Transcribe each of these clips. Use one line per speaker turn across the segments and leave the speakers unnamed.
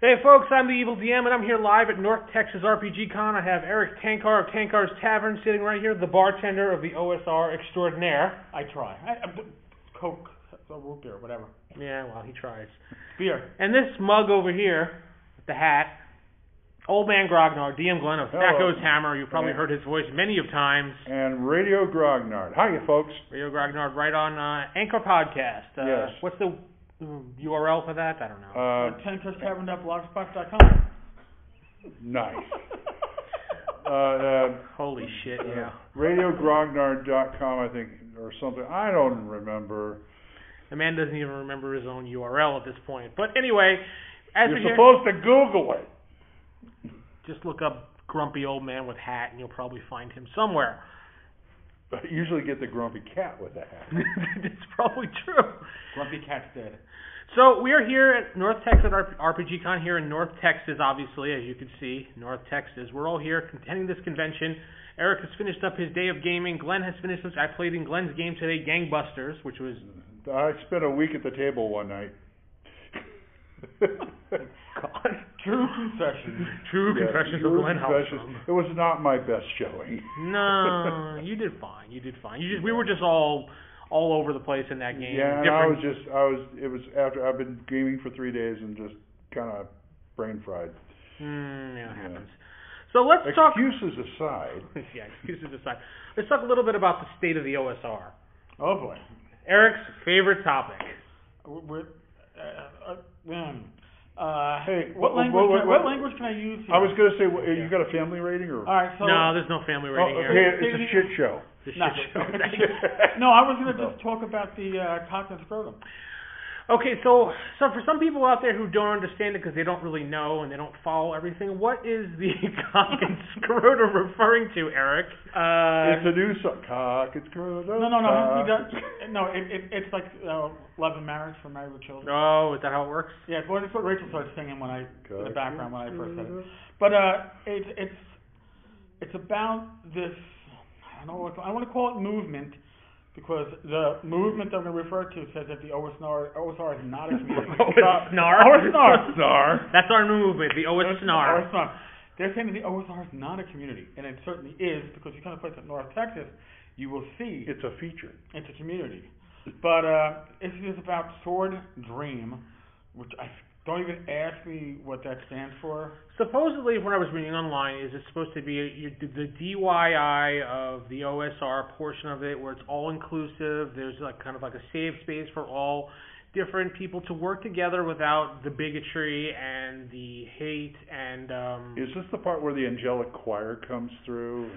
Hey folks, I'm the Evil DM, and I'm here live at North Texas RPG Con. I have Eric Tankar of Tankar's Tavern sitting right here, the bartender of the OSR extraordinaire.
I try. I, I, Coke, or root beer, whatever.
Yeah, well, he tries.
Beer.
And this mug over here, with the hat, Old Man Grognard, DM Glenn of
Hello.
Thacko's Hammer. You've probably
Yeah.
heard his voice many of times.
and Radio Grognard. Hiya, folks.
Radio Grognard, right on uh, Anchor Podcast. Uh,
Yes.
What's the um, URL for that? I don't know.
Uh,
TenCrestTavern.blogspot.com.
nice. Uh, uh,
Holy shit, yeah.
RadioGrognard.com, I think, or something. I don't remember.
The man doesn't even remember his own URL at this point. But anyway, as we
You're
hear-
supposed to Google it.
just look up grumpy old man with hat and you'll probably find him somewhere.
I usually get the grumpy cat with the hat.
That's probably true.
Grumpy Cat's dead.
So we are here at North Texas R- RPG Con here in North Texas, obviously, as you can see, North Texas. We're all here attending this convention. Eric has finished up his day of gaming. Glenn has finished up. I played in Glenn's game today, Gangbusters, which was
I spent a week at the table one night.
True confession.
True
Yeah,
Confessions
true
of Glenn
confessions.
Hallstrom.
It was not my best showing.
No, you did fine. You did fine. You just we were just all all over the place in that game.
Yeah, and I
Different
was just, I was, it was after, I've been gaming for three days and just kind of brain fried.
Mm, yeah, it
Yeah.
happens. So let's talk.
Excuses aside,
yeah, excuses aside, let's talk a little bit about the state of the OSR.
Oh boy.
Eric's favorite topic.
We're, we're, uh, uh, um, uh,
Hey,
what
wh-
language? can
wh- wh-
I,
wh-
what language can I use? Here?
I was gonna say, wh- you got a family rating or?
All right. So
no, there's no family
Oh,
rating here.
okay, it's a shit show.
This shit
No.
show.
no, I was gonna just talk about the uh, cock and scrotum.
okay, so so for some people out there who don't understand it because they don't really know and they don't follow everything, what is the cock and scrotum referring to, Eric?
It's
Uh,
a new song. Cock, it's grown up.
no, no, no. He
cock.
does, no, it, it, it's like uh, love and marriage for married with children.
Oh, is that how it works?
Yeah, well, that's what Rachel started singing when I in the
Cock,
background when I
it's
first said it.
grown up.
But uh, it's it's it's about this. I don't know what I want to call it movement because the movement that I'm going to refer to says that the OSNR OSR is not a community.
Oh, Snar.
OSNAR.
Snar.
That's our new movement, the OSNAR.
OSNR. They're saying that the OSR is not a community, and it certainly is because you come to a place like North Texas, you will see
It's a feature.
it's a community. But uh, this is about Sword Dream, which I don't even ask me what that stands for.
Supposedly, what I was reading online is it's supposed to be you- the DIY of the OSR portion of it, where it's all inclusive. There's like kind of like a safe space for all different people to work together without the bigotry and the hate and um,
Is this the part where the angelic choir comes through?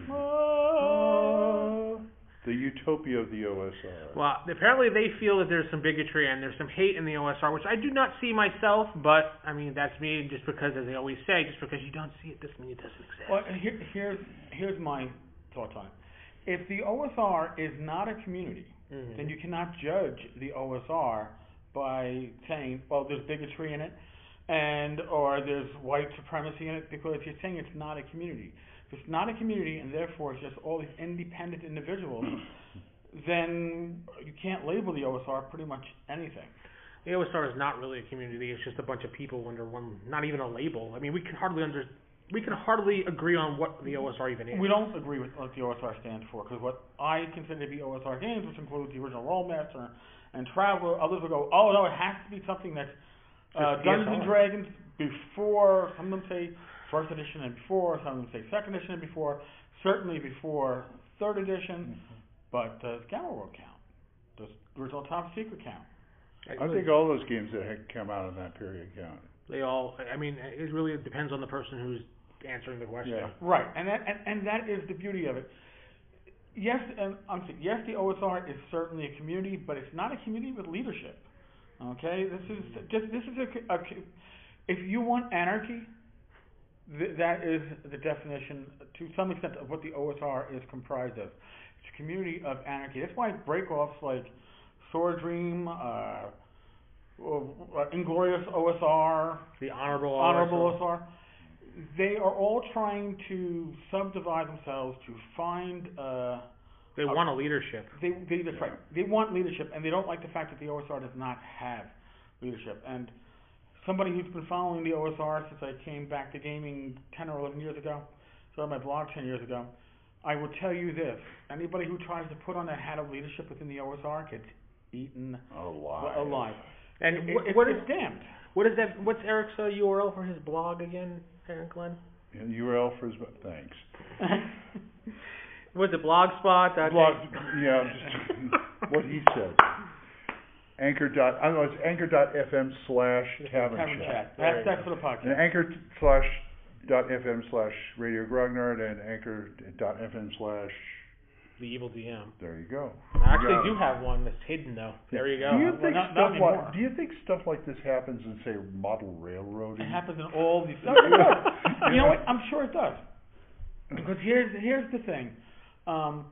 The utopia of the OSR.
Well, apparently they feel that there's some bigotry and there's some hate in the OSR, which I do not see myself, but I mean that's me just because as they always say, just because you don't see it doesn't mean it doesn't exist.
Well, and here, here's here's my thoughts on it. If the OSR is not a community,
Mhm.
then you cannot judge the OSR by saying, well, there's bigotry in it, and or there's white supremacy in it, because you're saying it's not a community. If it's not a community, and therefore it's just all these independent individuals, then you can't label the OSR pretty much anything.
The OSR is not really a community. It's just a bunch of people under one, not even a label. I mean, we can hardly under, we can hardly agree on what the OSR even is.
We don't agree with what the OSR stands for, because what I consider to be OSR games, which includes the original Rollmaster and Traveler, others will go, oh no, it has to be something that's uh,
Just
Dungeons and
DSR.
Dragons before. Some of them say first edition and before. Some of them say second edition and before. Certainly before third edition.
Mm-hmm.
But does Gamma World count? Does original Top Secret count?
I think all those games that had come out in that period count.
they all. I mean, it really depends on the person who's answering the question.
Yeah.
Right, and that and, and that is the beauty of it. Yes, and I'm saying yes, the OSR is certainly a community, but it's not a community with leadership. Okay, this is just this is a, a co- if you want anarchy, th- that is the definition to some extent of what the OSR is comprised of. It's a community of anarchy. That's why breakoffs like Sword Dream, uh, or- or Inglorious OSR,
The honorable,
honorable
OSR.
Osar, they are all trying to subdivide themselves to find uh
They want a leadership.
they they that's right. They want leadership and they don't like the fact that the OSR does not have leadership. And somebody who's been following the OSR since I came back to gaming 10 or 11 years ago, started my blog 10 years ago, I will tell you this: anybody who tries to put on that hat of leadership within the OSR gets eaten
Alive.
alive.
And
It-
what,
it-
what is
it's damned?
what is that? What's Eric's uh, URL for his blog again, Eric Glenn?
And URL for his thanks.
Was it Blogspot? dot-
Blog, yeah, just what he said. Anchor dot, I don't know, it's anchor dot FM slash tavern
Tavern chat.
chat.
There
That's
you
that's for the
And
podcast.
anchor t- slash dot FM slash Radio Grognard and anchor dot FM slash,
The Evil DM.
there you go.
I
got
actually
it.
do have one that's hidden though. There you
Do you
go.
Well,
think
not-
stuff
not anymore.
like, do you think stuff like this happens in, say, model railroading?
It happens in all these.
No,
you
no, no.
know what? I'm sure it does. Because here's here's the thing. Um,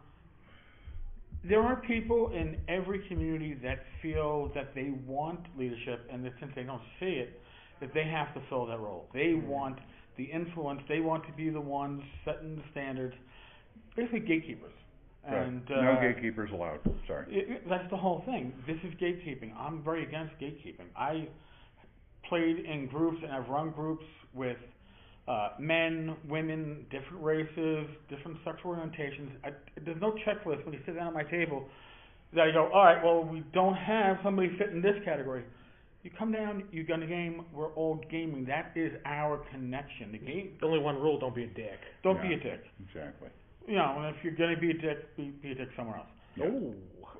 there are people in every community that feel that they want leadership, and that since they don't see it, that they have to fill that role. They want the influence. They want to be the ones setting the standards, basically gatekeepers.
Right.
And
No
uh,
gatekeepers allowed, sorry.
it, it- that's the whole thing. This is gatekeeping. I'm very against gatekeeping. I played in groups and I've run groups with uh, men, women, different races, different sexual orientations. I, there's no checklist when you sit down at my table that I go, all right, well, we don't have somebody fit in this category. You come down, you gun a game, we're all gaming. That is our connection. The game,
The only one rule: don't be a dick.
don't be
Yeah.
a dick.
Exactly.
You know, and if you're going to be a dick, be, be a dick somewhere else
Yeah.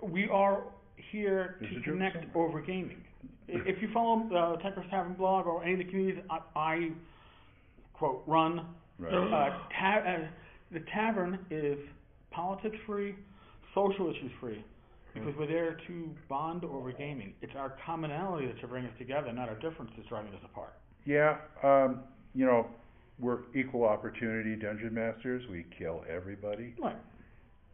we are here
Is it
to
your
connect
summer?
over gaming. I- If you follow uh, Techers Tavern blog or any of the communities I, I quote run, uh,
Right.
ta- uh, the tavern is politics free, social issues free, because we're there to bond over gaming. It's our commonality that should bring us together, not our differences driving us apart.
Yeah, um, you know, we're equal opportunity dungeon masters. We kill everybody.
Right.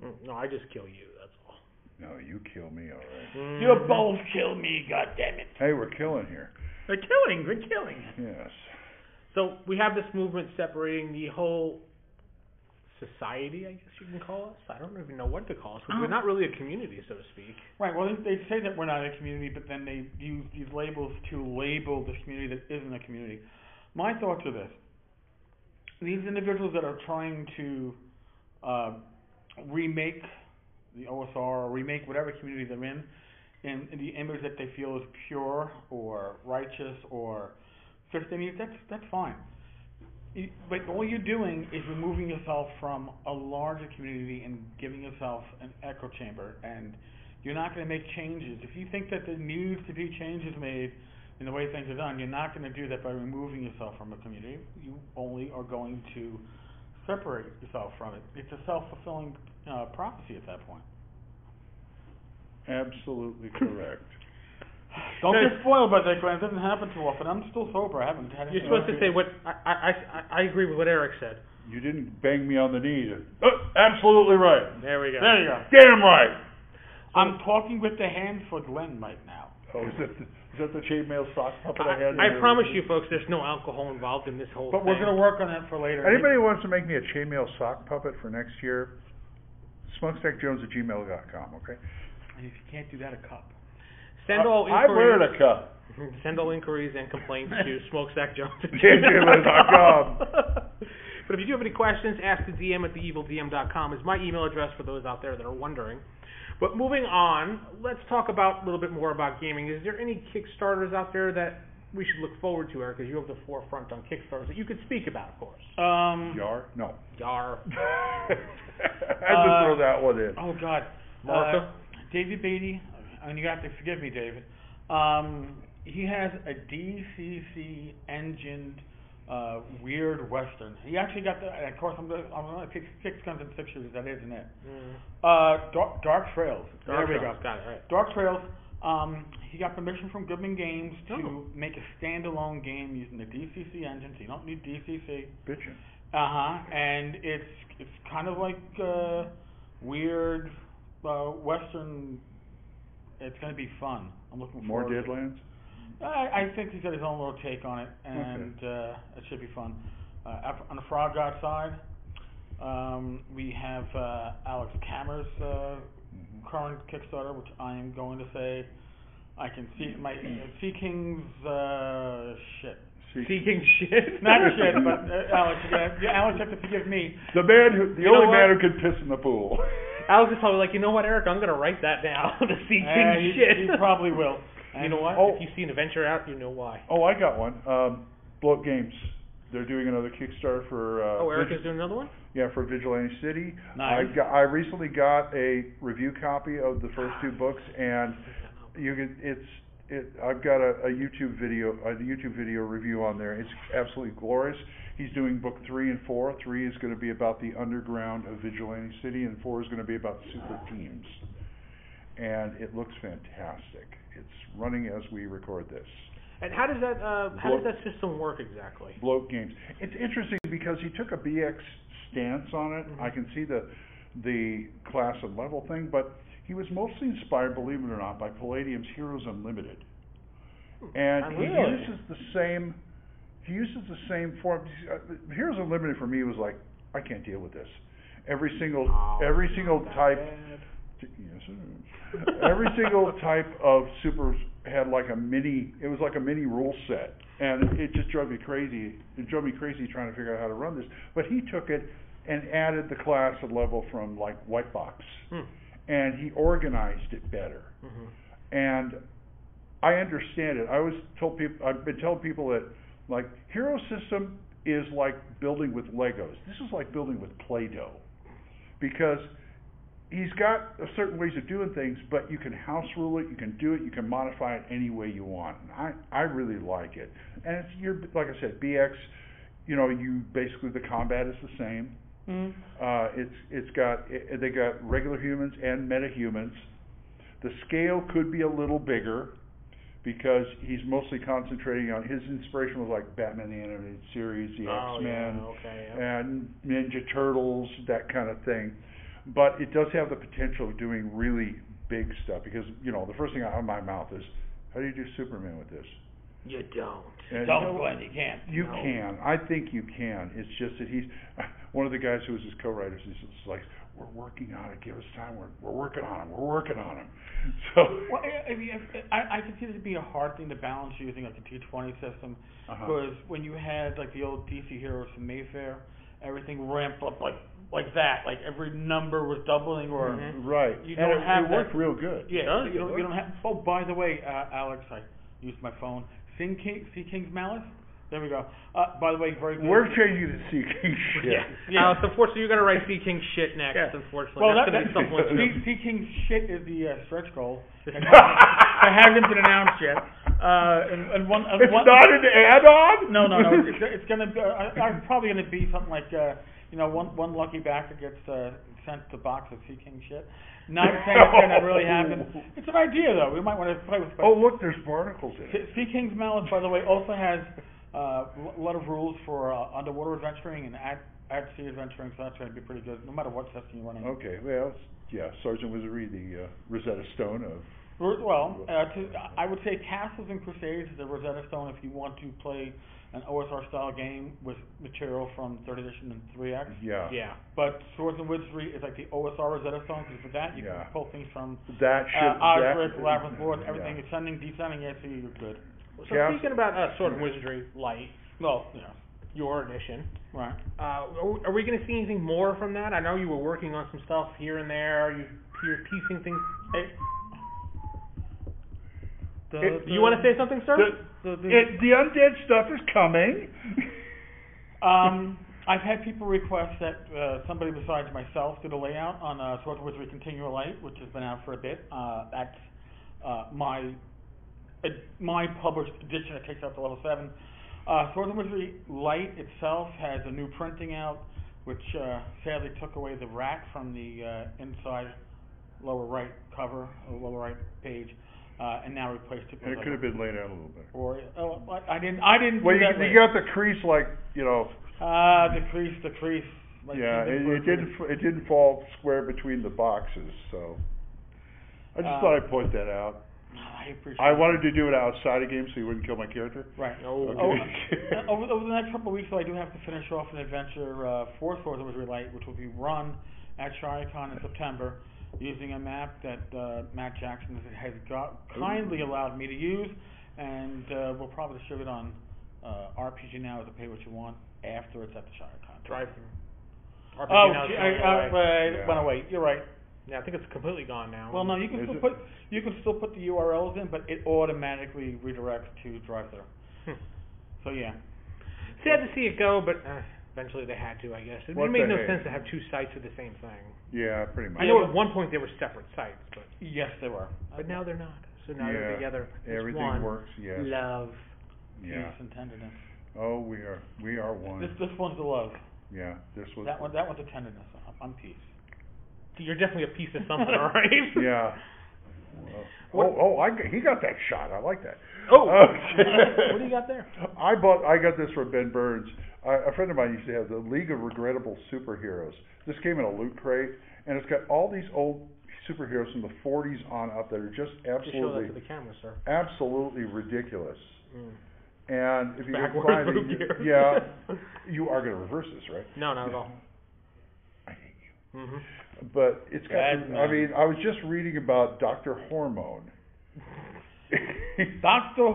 Mm, No, I just kill you. That's all.
No, you kill me, all right.
You
Mhm.
both kill me, goddammit.
Hey, we're killing here.
They're killing. They're killing.
Yes.
So we have this movement separating the whole society, I guess you can call us. I don't even know what to call us. 'cause We're not really a community, so to speak.
Right. Well, they, they say that we're not a community, but then they use these labels to label the community that isn't a community. My thoughts are this: these individuals that are trying to uh, remake the OSR or remake whatever community they're in, in, in the image that they feel is pure or righteous or fits their needs, that's that's fine. You, but all you're doing is removing yourself from a larger community and giving yourself an echo chamber and you're not going to make changes. If you think that there needs to be changes made in the way things are done, you're not going to do that by removing yourself from a community. You only are going to separate yourself from it. It's a self-fulfilling uh, prophecy at that point.
Absolutely correct.
Don't
No,
get spoiled by that, Glenn. It doesn't happen too often. I'm still sober. I haven't had
You're
anything
supposed to
like
say
it.
what I I I- I, I agree with what Eric said.
You didn't bang me on the knee. Oh, absolutely right.
There we go.
There you go.
Damn right.
I'm talking with the hand for Glenn right now.
Oh, is that the, is that the chainmail sock puppet I, had? in
I, I
there?
promise you, folks, there's no alcohol involved in this whole
But
thing.
we're going to work on that for later.
Anybody who wants to make me a chainmail sock puppet for next year? Smokestackjones at gmail dot com. Okay.
And if you can't do that, a cup.
send all
I, I wear
inquiries,
it a cup.
send all inquiries and complaints to smokestackjones.
gmail.com.
But if you do have any questions, ask the DM at theevildm.com is my email address for those out there that are wondering. But moving on, let's talk about a little bit more about gaming. Is there any Kickstarters out there that we should look forward to, Eric? Because you have the forefront on Kickstarters that you could speak about, of course.
Um,
Yar? No.
Yar,
I just
Uh,
throw that one in.
Oh God,
Martha.
Uh, David Beatty, and you have to forgive me, David. Um, he has a DCC engined uh, weird western. He actually got the. and Of course, I'm gonna, I'm gonna pick six guns and six shooters. That isn't it.
Mm.
Uh, Dark, Dark Trails.
Dark
there we
Souls.
go.
Got it. All right.
Dark Trails. Um, he got permission from Goodman Games to
Oh.
make a standalone game using the DCC engine. So you don't need DCC.
Bitchin'.
Uh huh. And it's it's kind of like uh, weird uh, western. It's gonna be fun. I'm looking
More
forward.
Deadlands?
To I I think he's got his own little take on it, and uh, it should be fun. Uh, af- on the Frog God side, um, we have uh, Alex Kammer's uh, current Kickstarter, which I am going to say I can see my Sea King's uh, shit.
Seeking shit.
Not shit, but uh, Alex, you gotta, you- Alex, you have to forgive me.
The man who, the
You know
only man who
what?
could piss in the pool.
Alex is probably like, you know what, Eric? I'm gonna write that down. the seeking
Uh, he,
shit.
he probably will.
you know what?
Oh.
If you see an adventure out, you know why.
Oh, I got one. Um, Bloat Games. They're doing another Kickstarter for. Uh,
Oh, Eric
Vigil-
is doing another one.
Yeah, for Vigilante City.
Nice.
I got, I recently got a review copy of the first two books, and you can. It's. It. I've got a, a YouTube video. A YouTube video review on there. It's absolutely glorious. He's doing book three and four. Three is going to be about the underground of Vigilante City, and four is going to be about super teams. And it looks fantastic. It's running as we record this.
And how does that uh, how does
Well-
that system work exactly?
bloat games. It's interesting because he took a BX stance on it. I can see the the class and level thing, but he was mostly inspired, believe it or not, by Palladium's Heroes Unlimited. And he
Oh, Really?
uses the same he uses the same form. Uh, Heroes Unlimited for me was like I can't deal with this. Every single
Oh,
every
it's
single
not that
type
bad.
Yes, it is. Every single type of super had like a mini. It was like a mini rule set, and it just drove me crazy. It drove me crazy trying to figure out how to run this. But he took it and added the class and level from like White Box,
Hmm.
and he organized it better.
Mhm.
And I understand it. I always told people. I've been telling people that like hero system is like building with Legos. This is like building with Play-Doh, because he's got a certain ways of doing things, but you can house rule it, you can do it, you can modify it any way you want. And I I really like it, and it's you're like I said, BX. You know, you basically the combat is the same.
Hmm?
Mm.
Uh, it's it's got it, they got regular humans and metahumans. The scale could be a little bigger because he's mostly concentrating on his inspiration was like Batman the animated series, the
Oh,
X Men,
yeah, okay. yeah.
and Ninja Turtles, that kind of thing. But it does have the potential of doing really big stuff because you know the first thing out of my mouth is, how do you do Superman with this?
You don't.
And you know-
Don't, Glenn, you can't.
you
No.
can. I think you can. It's just that he's one of the guys who was his co-writers. He's just like, we're working on it. Give us time. We're we're working on him. We're working on him. So
Well, I, I mean, if- I, I consider it to be a hard thing to balance using like the T20 system
Uh-huh.
because when you had like the old DC heroes from Mayfair, everything ramped up like like that. Like every number was doubling or
Mhm.
right,
you
and
don't
it,
have
it
that-
worked real good.
yeah,
does,
you
it
don't you don't have. Oh, by the way, uh, Alex, I used my phone. Sing King, Sea King's Malice. There we go. Uh, by the way, very good.
We're changing to seeking shit.
Yeah.
Alex, unfortunately, you're gonna write Sea King shit next.
Yeah.
Unfortunately,
well,
that's
that,
gonna be
that,
someone's
Sea, sea King's shit is the uh, stretch goal.
I
hasn't been announced yet. Uh, and, and one, and
It's
one,
not an add-on.
No, no, no. It's, it's gonna be. uh, I, I'm probably gonna be something like, uh, you know, one one lucky backer gets uh, sent the box of Sea King shit. Not saying it's gonna really happen. It's an idea though. We might want to play with.
oh look, there's barnacles in it.
Sea- Sea King's Malice, by the way, also has uh, a lot of rules for uh, underwater adventuring and at at sea adventuring. So that's gonna be pretty good, no matter what system you're running.
Okay, well, yeah, Sergeant Wizardry, the uh, Rosetta Stone of
Ro- Well, uh, to, I would say Castles and Crusades is the Rosetta Stone if you want to play an OSR style game with material from third edition and three X.
yeah,
yeah.
But Swords and Wizardry is like the OSR Rosetta Stone, because for that you
Yeah.
can pull things from
that should
uh, Osric,
that,
Labyrinth Lord, everything,
Yeah.
ascending, descending, yeah, so you're good.
So
Yeah.
speaking about uh, Sword and Wizardry Light,
Well, yeah,
your edition,
right.
uh, are we- are we gonna see anything more from that? I know you were working on some stuff here and there. You you're piecing things.
It,
It-
You want to say something, sir?
The- It, the undead stuff is coming.
Um, I've had people request that uh, somebody besides myself do the layout on uh, Swords and Wizardry Continual Light, which has been out for a bit. Uh, that's uh, my ed- my published edition. It takes up to level seven. Uh, Swords and Wizardry Light itself has a new printing out, which uh, sadly took away the rack from the uh, inside lower right cover, or lower right page, uh, and now replaced it with
It
like
could have been laid out a little better.
or oh, I- I didn't I didn't
Well,
do
you,
that
you
layout.
got the crease like you know.
Ah, the crease, the crease. Like
yeah,
you've been
it, it
working
didn't. f- It didn't fall square between the boxes, so I just
Uh,
thought I'd point that out.
I appreciate.
I
it.
wanted to do it outside of game so you wouldn't kill my character.
Right.
No.
Oh, uh, over, over the next couple of weeks, though, I do have to finish off an adventure uh, for Swords of Light, which will be run at ShireCon in September. using a map that uh, Matt Jackson has got, kindly allowed me to use, and uh, we'll probably distribute on uh, RPG Now as a pay what you want after it's at the Shire Con.
Drive through.
Oh,
now is
gee,
going
I,
away.
uh, right,
Yeah.
went away. You're right.
yeah, I think it's completely gone now.
Well, no, you can
Is
still
it-
put you can still put the URLs in, but it automatically redirects to drive through.
Hmm.
So yeah,
Sad to see it go, but uh, eventually they had to, I guess. It
What
made
the
no
heck?
sense to have two sites of the same thing.
Yeah, pretty much.
I know at one point they were separate sites, but
yes, they were.
but now they're not. So now
Yeah.
they're together. It's
Everything
one.
works. Yes.
Love.
Yeah.
Yes, intended. in.
Oh, we are we are one.
This this one's the love.
Yeah. This was.
That one that one's a tenderness. I'm, I'm peace.
You're definitely a piece of something, all right?
Yeah.
What-
oh, oh, I got, he got that shot. I like that.
Oh.
Okay.
what do you got there?
I bought. I got this from Ben Burns. I, a friend of mine used to have the League of Regrettable Superheroes. This came in a loot crate, and it's got all these old superheroes from the 40s on up that are
Just
just
show that
absolutely,
to the camera, sir.
absolutely ridiculous.
Mm.
And if you can
Backwards
find
move
it, you-
here.
yeah, you are going to reverse this, right?
No, not at all.
I hate you.
hmm
But it's got.
Bad
I
man.
mean, I was just reading about Doctor Hormone.
Doctor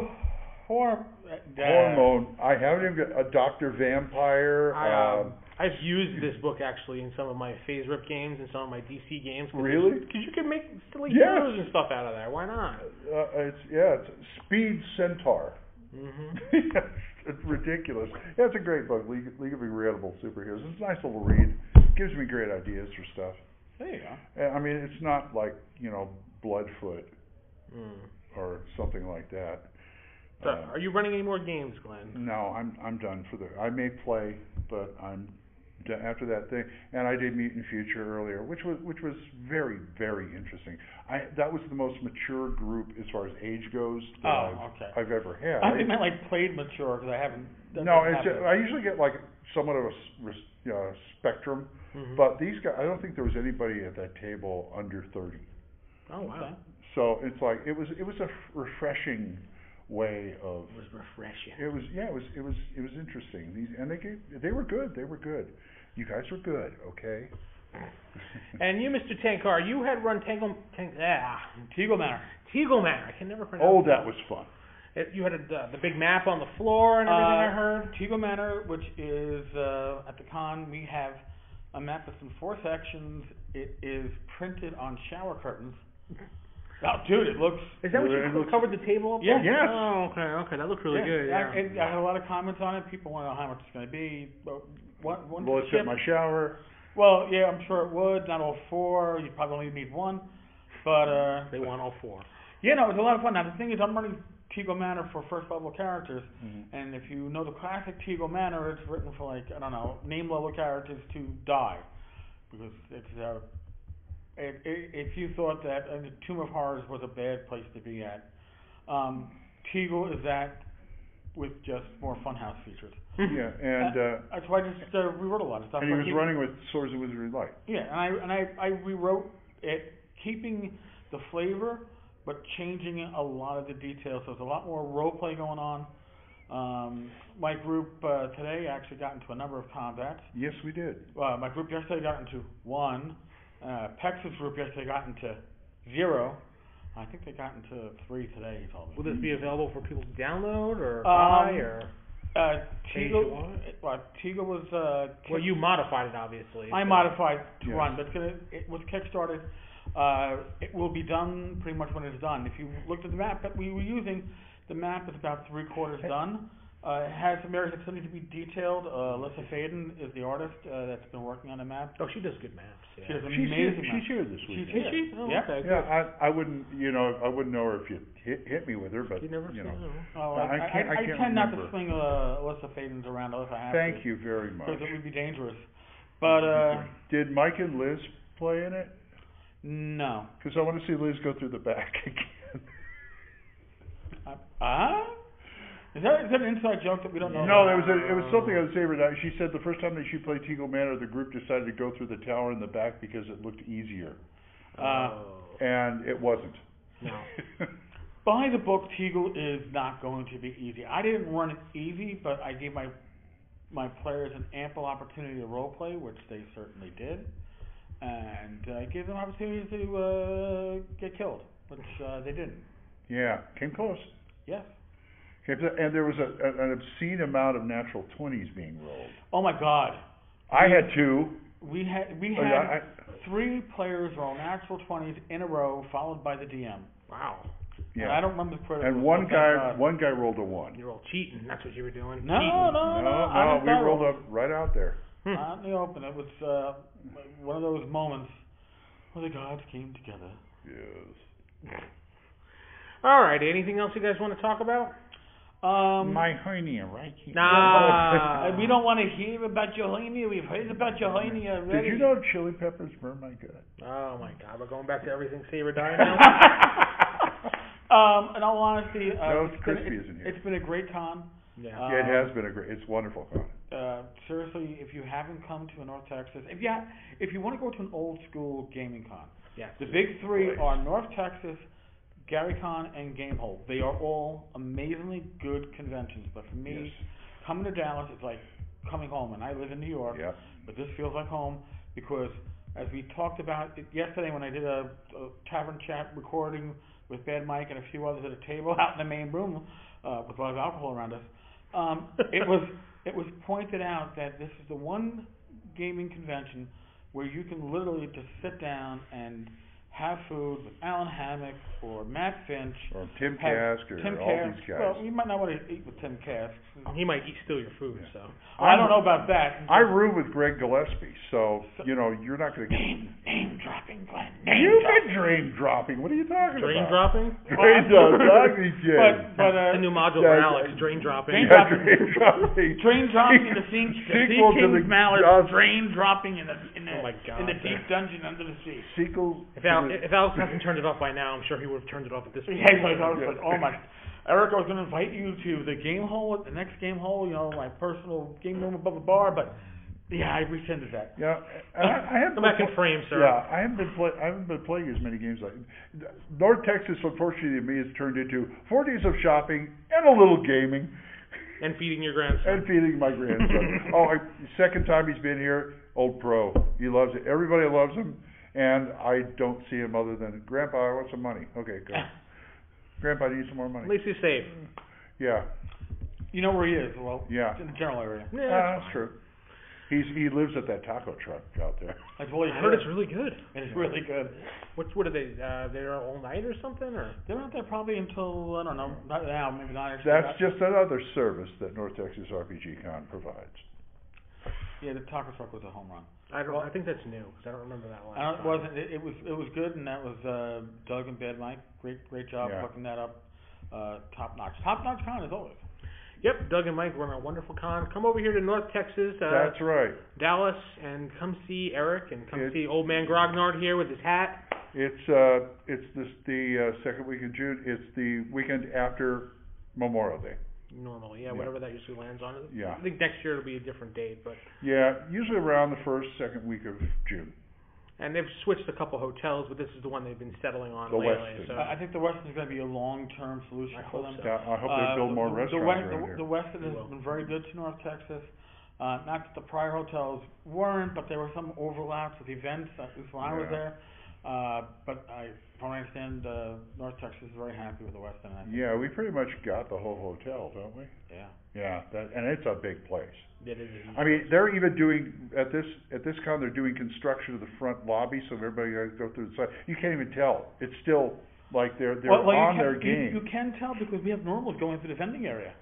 Horm. uh,
Hormone. I haven't even got a Doctor Vampire.
I,
um,
um, I've used this book actually in some of my phase rip games and some of my DC games.
Really?
Because you can make silly
Yes.
heroes and stuff out of there. Why not?
Uh, it's yeah, it's Speed Centaur.
Mm-hmm.
it's ridiculous. Yeah, it's a great book, League, League of Incredible Superheroes. It's a nice little read. Gives me great ideas for stuff.
There you go.
And, I mean, it's not like you know Bloodfoot
Mm.
or something like that.
So,
Uh,
are you running any more games, Glenn?
No, I'm I'm done for the. I may play, but I'm done after that thing. And I did Mutant Future earlier, which was which was very very interesting. I that was the most mature group as far as age goes that
Oh,
I've,
okay.
I've ever had.
I think I like played mature because I haven't. that
no,
doesn't
it's just,
happen.
I usually get like somewhat of a s- res- you know, spectrum,
Mhm.
but these guys, I don't think there was anybody at that table under 30.
oh wow,
Okay.
So it's like it was it was a f- refreshing way of
it was refreshing.
it was yeah it was it was it was interesting these and they gave they were good they were good you guys were good okay
And you, Mr. Tankar, you had run Tangle, Tank, ah,
Teagle Manor.
Teagle Manor. I can never pronounce.
oh that was fun
It, you had a, the, the big map on the floor and everything. I
Uh,
heard.
Teagle Manor, which is uh, at the con, we have a map that's in four sections. It is printed on shower curtains. Oh, dude, it looks.
Is that what you
it
co-
looks-
covered the table? Up
Yeah.
with?
Yes.
Oh, okay, okay, that looked really
yeah,
good.
I,
Yeah.
it- I had a lot of comments on it. People want to know how much it's going to be. But one, one
well it fit
ship.
my shower
Well, yeah, I'm sure it would. Not all four. You probably only need one. But uh,
they want all four.
yeah, no, it was a lot of fun. Now the thing is, I'm running Teagle Manor for first level characters.
Mhm.
And if you know the classic Teagle Manor, it's written for like I don't know name level characters to die, because it's uh, if, if you thought that uh, the Tomb of Horrors was a bad place to be at, um, Teagle is that with just more funhouse features.
yeah and uh
that's why I just uh, rewrote a lot of stuff.
and he
like
was
it-
running with swords and wizardry light
Yeah, and I and I I rewrote it, keeping the flavor but changing a lot of the details. So there's a lot more role play going on. Um, my group uh, today actually got into a number of combats.
yes we did
Uh, my group yesterday got into one. Uh, Pex's group yesterday got into zero. I think they got into three today. He told me.
Will this be available for people to download or
Um,
buy or?
Uh,
Page
Teagle,
one?
well, Teagle was uh,
Well, you modified it obviously.
I
so-
modified to
Yes.
run, but it's gonna, it was kickstarted, uh, it will be done pretty much when it's done. If you looked at the map that we were using, the map is about three quarters done. Uh, it has some areas that still need to be detailed, uh, Alyssa Faden is the artist, uh, that's been working on the map.
Oh, she does good maps. Yeah.
She does an
she's here,
amazing map.
she's here this
She's
week
Is
Yeah.
she? Oh,
Yeah.
okay.
yeah I I wouldn't you know I wouldn't know her if you hit hit me with her but
You never
you
said
know
Oh,
I
I, I,
can't- I
I
can't
tend not to
remember.
swing, uh, Alyssa Faden's around unless I have to.
thank you very much
Because it would be dangerous, but, uh,
did Mike and Liz play in it
no.
because I want to see Liz go through the back again.
Uh, Uh, is that, is that an inside joke that we don't know?
No,
about?
there was a, it was something on Saber Night. She said the first time that she played Teagle Manor, the group decided to go through the tower in the back because it looked easier,
Uh,
Oh,
and it wasn't.
no.
By the book, Teagle is not going to be easy. I didn't run it easy, but I gave my my players an ample opportunity to role play, which they certainly did. and uh, give them opportunities to uh, get killed, which uh, they didn't.
Yeah, came close.
Yes.
Came to- And there was a, a- an obscene amount of natural 20s being rolled.
Oh my God.
I had two.
We had we
Oh,
had
yeah, I-
three players roll natural twenties in a row, followed by the DM.
Wow.
And I
Yeah.
don't remember the uh, protocol.
And one
thank
guy,
God.
one guy rolled a one.
You're all cheating. That's what you were doing.
No,
Cheating.
no, no,
No,
I
no,
just
we
thought-
rolled up right out there.
Hmm.
out in the open. It was uh, one of those moments where the gods came together.
Yes.
All right. Anything else you guys want to talk about?
Um,
hernia right here.
Nah.
uh, we don't want to hear about Johannia. We've heard about Johannia
Did
already.
you know chili peppers burn my gut?
Oh my God. We're going back to everything Saber Dine now.
um, in all honesty, uh,
No,
it's, been,
Crispy isn't here.
it's been a great time.
yeah.
Uh,
Yeah, it has been a great, it's wonderful. Con.
uh, seriously, if you haven't come to a North Texas, if you ha- if you want to go to an old school gaming con,
yes.
the big three
Right.
are North Texas, Gary Con, and Gamehole. They are all amazingly good conventions, but for me, coming to Dallas is like coming home, and I live in New York,
Yes. Yeah.
but this feels like home because as we talked about it yesterday when I did a, a tavern chat recording with Bad Mike and a few others at a table out in the main room uh, with a lot of alcohol around us, um, it was it was pointed out that this is the one gaming convention where you can literally just sit down and have food with Alan Hammock or Matt Finch,
Or Tim
Have-
Kask or
Tim
all
Kask.
these guys.
Well, you might not want to eat with Tim Kask.
He might eat steal your food. So.
Yeah.
I
I'm-
don't know about that.
I room with Greg Gillespie, so you know you're not going to. get
Name, name dropping, Glenn. Name
You've
dropping.
been drain dropping. What are you talking
Drain
about?
dropping.
Drain dropping. That'd be good.
But but
The
uh,
new module for
Yeah, yeah.
Alex. Drain dropping.
Drain
yeah,
dropping.
drain dropping.
drain dropping in the sea, the sea
Sequel to the
king's malice.
Jaws-
Drain dropping in the in
Oh
the
my God.
in the deep dungeon under the sea.
Sequel.
If, Al-
to the-
if Alex hasn't turned it off by now, I'm sure he would have turned it off at this point.
Yeah, so I was like, oh my. Eric, I was going to invite you to the game hole, the next game hole, you know, my personal game room above the bar, but yeah, I rescinded that.
yeah, I, I haven't
Come back
been
in frame, sir.
pl- Yeah, I haven't been play, I haven't been playing as many games like North Texas. Unfortunately, to me, has turned into four days of shopping and a little gaming
And feeding your grandson.
and feeding my grandson. oh, I, second time he's been here. Old pro, he loves it. Everybody loves him, and I don't see him other than Grandpa. I want some money. Okay, go. Grandpa, I need some more
At
money.
least he's safe.
Yeah,
You know where he is, well,
yeah.
in the general area.
Yeah,
Uh,
that's
that's
fine.
true. He's he lives at that taco truck out there.
That's really
I heard it's
good.
really good.
It's really good.
What's what are they? Uh, they're all night or something, or
They're out there probably until, I don't know, not now, maybe not. actually,
That's
but-
just another service that North Texas RPG Con provides.
Yeah, the taco truck was a home run.
I don't.
Well-
I think that's new 'cause I don't remember
Oh,
that last.
I don't, it
time.
wasn't. It, it Uh, was. It was good, and that was uh, Doug and Bad Mike. Great, great job
Yeah.
hooking that up. Uh, top notch. Top notch con as always.
Yep, Doug and Mike run a wonderful con. Come over here to North Texas, uh,
That's right.
Dallas, and come see Eric and come
It-
see Old Man Grognard here with his hat.
It's uh it's this the uh, second week of June. It's the weekend after Memorial Day.
Normally, yeah,
Yeah.
whatever that usually lands on.
Yeah.
I think next year it'll be a different date, but
Yeah, usually around the first second week of June.
and they've switched a couple hotels, but this is the one they've been settling on
The
lately.
Westin.
So
I, I think the Weston is going to be a long term solution
I
for
hope
them.
so.
Yeah, I hope
Uh,
they build more
the,
restaurants
the, West,
around here.
the, the Weston
They
has
will.
been very good to North Texas. Uh, not that the prior hotels weren't, but there were some overlaps with events. At least when I was
Yeah.
there. Uh, but I, from what I understand, uh, North Texas is very happy with the Weston. I think.
Yeah, we pretty much got the whole hotel, don't we?
Yeah.
Yeah, that, and it's a big place.
Yeah, they did.
I mean, they're even doing at this at this con. They're doing construction of the front lobby, so everybody got to go through the side. You can't even tell. It's still like they're they're
well, well, you
on
can,
their
you-
game.
You, can tell because we have normals going through the vending area.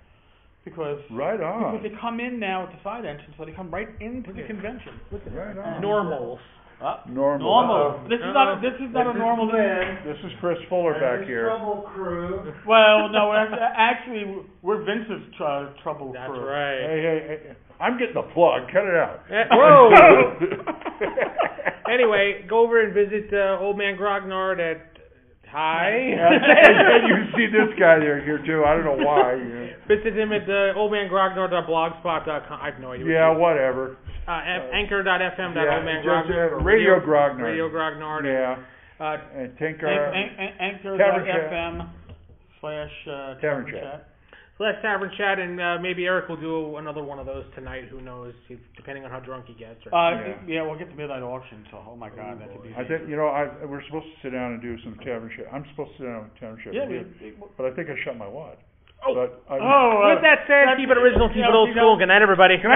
Because
right
because
on.
they come in now at the side entrance, so they come right into
Look
the
at-
convention.
Right on.
normals.
Uh,
normal. Uh,
normal.
Uh-oh.
This
Uh-oh.
is not a, this is not a normal.
This is Chris Fuller back here.
Trouble crew.
Well, no, that's- actually we're Vince's tr- trouble
That's
crew.
Hey,
right.
hey, hey, I'm getting the plug. Cut it out.
Eh, whoa. anyway, go over and visit uh, Old Man Grognard at Hi.
and you see this guy there here too. I don't know why. Yeah,
Visit him at uh, the Old Man Grognard.blogspot.com. I have no idea. what
yeah whatever.
Uh, F- anchor.fm.
Yeah,
Old Man
just,
Grognard.
uh, Radio Grognard.
Radio Grognard.
Yeah,
Uh,
and
An-
Tinker.
an- an-
Tavern Chat.
Anchor.fm slash uh, Tavern
Tavern Chat.
Chat.
Let's Tavern Chat, and uh, maybe Eric will do another one of those tonight. Who knows? if- Depending on how drunk he gets. Or,
Uh,
Yeah.
yeah, we'll get the midnight auction. So, oh my God, that's a beauty.
I think you know I we're supposed to sit down and do some tavern shit. I'm supposed to sit down with tavern shit.
Yeah,
with
we,
you, but I think I shut my wad.
Oh.
But I,
oh,
With that said, keep it original, keep it old school. Good night, everybody.
Can I